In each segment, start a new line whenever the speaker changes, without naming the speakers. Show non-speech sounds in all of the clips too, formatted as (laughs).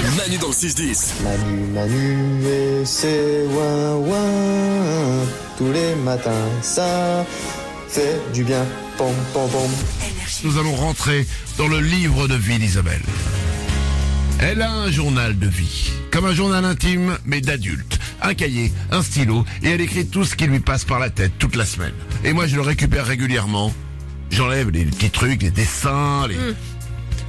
Manu dans le 6-10.
Manu, Manu et ses ouin ouin, tous les matins, ça fait du bien. Pom, pom, pom.
Nous allons rentrer dans le livre de vie d'Isabelle. Elle a un journal de vie, comme un journal intime, mais d'adulte. Un cahier, un stylo, et elle écrit tout ce qui lui passe par la tête toute la semaine. Et moi, je le récupère régulièrement. J'enlève les petits trucs, les dessins, les,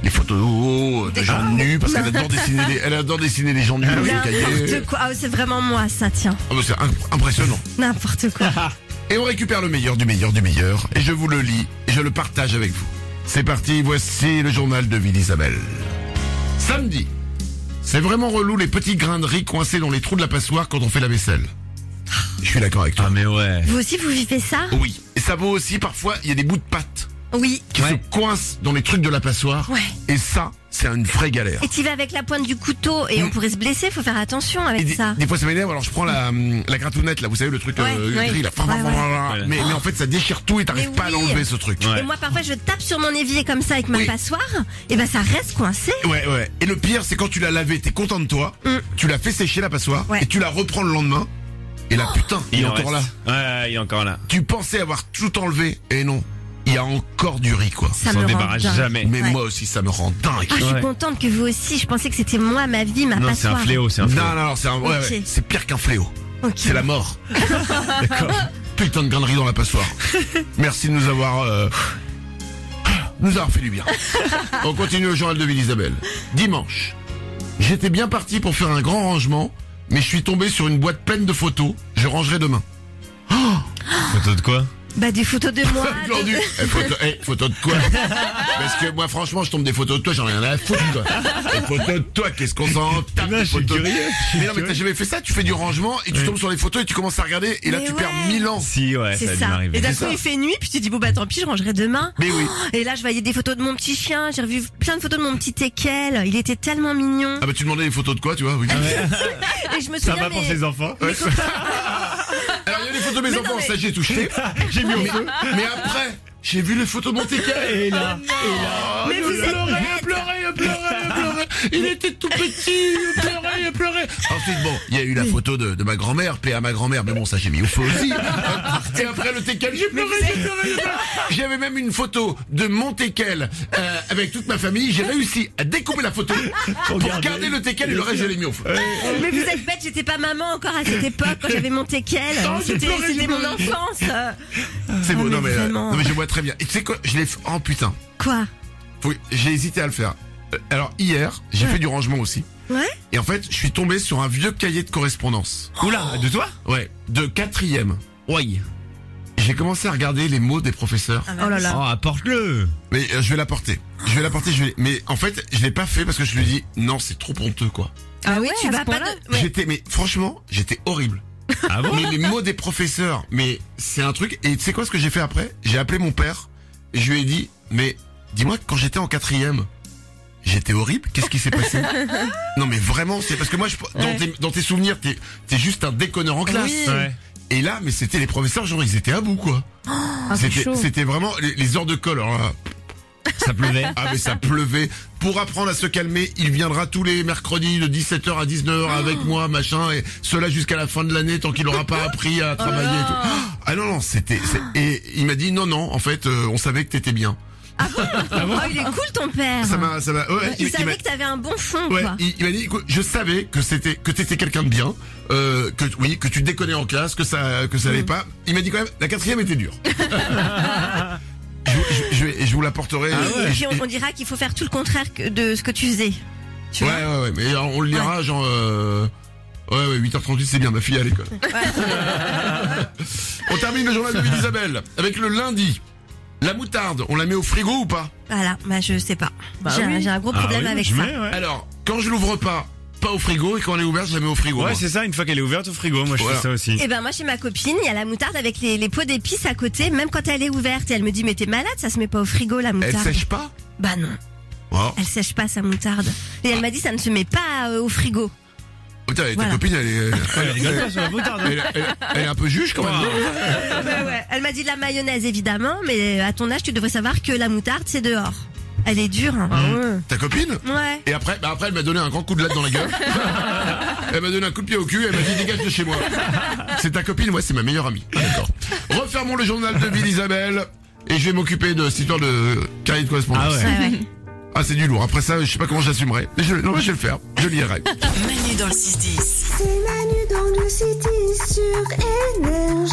les photos de gens nus, parce qu'elle adore dessiner les, elle adore dessiner les gens nus
Ah
dans son cahier.
N'importe quoi. Ah, c'est vraiment moi, ça, tiens.
Ah bah, c'est imp- impressionnant.
N'importe quoi.
Et on récupère le meilleur du meilleur du meilleur. Et je vous le lis et je le partage avec vous. C'est parti, voici le journal de vie d'Isabelle. Samedi. C'est vraiment relou les petits grains de riz coincés dans les trous de la passoire quand on fait la vaisselle. Je suis d'accord avec toi.
Ah mais (laughs) ouais.
Vous aussi, vous vivez ça
Oui. Et ça vaut aussi parfois, il y a des bouts de pâte
Oui.
qui
Ouais.
se coincent dans les trucs de la passoire.
Ouais.
Et ça, c'est une vraie galère.
Et tu vas avec la pointe du couteau
Mm.
et on pourrait se blesser, faut faire attention
Et
avec
des,
ça.
des fois ça m'énerve, alors je prends la, hum, la grattounette là, vous savez le truc
Ouais,
euh,
ouais.
gris là.
Ouais,
ouais.
Mais, mais en fait ça déchire tout et t'arrives
Mais
pas à
oui.
l'enlever ce truc.
Ouais.
Et moi, parfois, je tape sur mon évier comme ça avec ma
Oui.
passoire, et ben ça reste coincé.
Ouais, ouais. Et le pire, c'est quand tu l'as lavé, t'es content de toi,
Mm.
tu l'as fait sécher la passoire,
Ouais. Oh.
et tu la reprends le lendemain, et là, putain, il est
en
encore
reste.
là.
Ouais, il est encore là.
Tu pensais avoir tout enlevé, et non, il y a encore du riz, quoi.
Ça
On s'en
me rend
débarrasse
dingue.
jamais.
Mais
Ouais.
moi aussi, ça me rend dingue.
Ah, je suis
Ouais.
contente que vous aussi. Je pensais que c'était moi, ma vie, ma
Non, c'est un
passoire.
fléau, c'est un fléau.
Non, non, non, c'est un... ouais,
Ok.
ouais, c'est pire qu'un fléau.
Ok.
C'est la
(laughs)
mort. Putain de grainerie dans la passoire. Merci de nous avoir. euh, nous avoir fait du
(laughs)
bien. On continue au journal de ville Isabelle. Dimanche. J'étais bien parti pour faire un grand rangement, mais je suis tombé sur une boîte pleine de photos. Je rangerai demain.
Photo de quoi
Bah, des photos de
(laughs)
moi. de-
Glandu. Eh, photo, eh, photo de quoi Parce que moi, franchement, je tombe des photos de toi, j'en ai rien à foutre,
(laughs)
quoi. Des photos de toi, qu'est-ce qu'on s'en tape des
Non, je suis
photos de-
curieux, je suis
Mais non, mais t'as
curieux.
jamais fait ça, tu fais du rangement et tu tombes sur les photos et tu commences à regarder et là,
Mais
tu perds
ouais.
1000 ans.
Si ouais, ça a
C'est
dû
ça. Et
m'arriver.
d'un
C'est
coup,
ça.
il fait nuit, puis tu te dis, bon, bah, tant pis, je rangerai demain.
Mais oui.
Et là, je voyais des photos de mon petit chien. J'ai revu plein de photos de mon petit teckel. Il était tellement mignon.
Ah bah tu demandais des photos de quoi, tu vois
Ah,
oui.
Et je me
Ça
souviens.
va pour
mais-
ses enfants
Alors il y a les photos de mes
Mais
enfants,
non, mais-
ça j'ai touché. j'ai mis au feu. Mais après, j'ai vu les photos de mon TK.
Et là,
Mais vous êtes
Il a pleuré, il a pleuré, il a pleuré. Il était tout petit, il a pleuré, il a pleuré. Ensuite, bon, il y a eu la photo de, de ma grand-mère, paix à ma grand-mère, mais bon, ça j'ai mis au feu aussi. Et après le TK, j'ai pleuré, j'ai pleuré, j'ai pleuré. J'avais même une photo de mon TK euh, avec toute ma famille. J'ai réussi à découper la photo pour
garder.
garder le TK et le reste, je l'ai mis au feu.
Mais vous êtes bête, j'étais pas maman encore à cette époque quand j'avais mon teckel.
Non, j'ai
C'était
pleuré, j'ai
c'était mon
pleuré.
enfance. Euh,
C'est beau,
mais
non mais, euh,
vraiment.
non mais je vois très bien. Et tu sais quoi, je l'ai... f- Oh putain.
Quoi
Faut- J'ai hésité à le faire. Euh, Alors hier, j'ai fait du rangement aussi.
Ouais
Et en fait, je suis tombé sur un vieux cahier de correspondance. Oh.
Oula, de toi
Ouais, de quatrième.
Oui.
J'ai commencé à regarder les mots des professeurs.
Oh là
Oh,
là.
apporte-le.
Mais euh, je vais l'apporter. Je vais l'apporter. Je vais. Mais en fait, je l'ai pas fait parce que je lui dis non, c'est trop honteux quoi.
Ah oui, tu
à ce
vas pas
point-là
de. ouais.
J'étais, mais franchement, j'étais horrible.
Ah bon
Mais les mots des professeurs, mais c'est un truc. Et tu sais quoi ce que j'ai fait après J'ai appelé mon père. Et je lui ai dit, mais dis-moi que quand j'étais en quatrième, j'étais horrible. Qu'est-ce qui s'est passé Non, mais vraiment, c'est parce que moi, je, dans, tes, dans tes souvenirs, t'es es juste un déconneur en classe.
Ouais. Ah,
Et là, mais c'était les professeurs, genre ils étaient à bout quoi.
Ah,
c'était c'était vraiment les, les heures de hein. colle. alors là,
(laughs)
Ça pleuvait.
ah mais ça pleuvait. Pour apprendre à se calmer, il viendra tous les mercredis de 17h à 19h avec moi, machin, et cela jusqu'à la fin de l'année tant qu'il aura pas appris à travailler. et
Oh
tout. Ah non non, c'était c'est- et il m'a dit non non, en fait, euh, on savait que t'étais bien.
Oh, il est cool ton père.
Ça m'a ça m'a. ouais,
Ah. il,
m'a-
savait que t'avais un bon fond,
Ouais,
quoi.
il, il m'a dit, écoute, je savais que c'était que t'étais quelqu'un de bien, euh, que oui, que tu déconnais en classe, que ça que ça
Mm.
allait pas. Il m'a dit quand même, la quatrième était
(laughs)
dure. je, je, je, vais- je vous l'apporterai.
Ah Et
euh,
puis
je-
on, on dira qu'il faut faire tout le contraire que- de ce que tu faisais. Tu
ouais,
vois
ouais, ouais, mais alors, on le lira genre. Euh, ouais, ouais, 8h38, c'est bien, ma fille est à l'école. (laughs) on termine le journal de Ville Isabelle avec le lundi. La moutarde, on la met au frigo ou pas
Voilà, bah je sais pas. J'ai un-
oui.
j'ai un
Ah
gros problème avec ça.
Ah ouais.
Alors, quand je l'ouvre pas, pas au frigo, et quand elle est ouverte, je la mets au frigo. moi.
Ouais, c'est ça, une fois qu'elle est ouverte au frigo, moi je
Voilà.
fais ça aussi.
Et ben moi chez ma copine, il y a la moutarde avec les, les pots d'épices à côté, même quand elle est ouverte. Et elle me dit mais t'es malade, ça se met pas au frigo la
elle
moutarde.
sèche pas
Bah non,
Oh.
elle sèche pas sa moutarde. Et elle m'a dit ça ne se met pas euh, au frigo.
Oh, putain, ta
Voilà.
copine, elle est.
Elle rigole pas sur la moutarde.
Elle, elle- elle est un peu juge quand même. non
euh, Ouais, ouais. Elle m'a dit de la mayonnaise évidemment, mais à ton âge tu devrais savoir que la moutarde c'est dehors. Elle est dure. hein.
Ta copine
Ouais.
Et après, bah après, elle m'a donné un grand coup de latte dans la gueule. elle m'a donné un coup de pied au cul. Elle m'a dit dégage de chez moi. C'est ta copine Ouais, c'est ma meilleure amie. Ah, D'accord. Refermons le journal de ville Isabelle. Et je vais m'occuper de cette histoire de carnet de correspondance.
Ah ouais.
Ouais, ouais.
Ah, c'est du lourd. Après ça, je sais pas comment j'assumerai. Mais je, non, mais je vais le faire. Je lirai.
Manu dans le 6-10.
C'est Manu dans le 6-10 sur Énergie.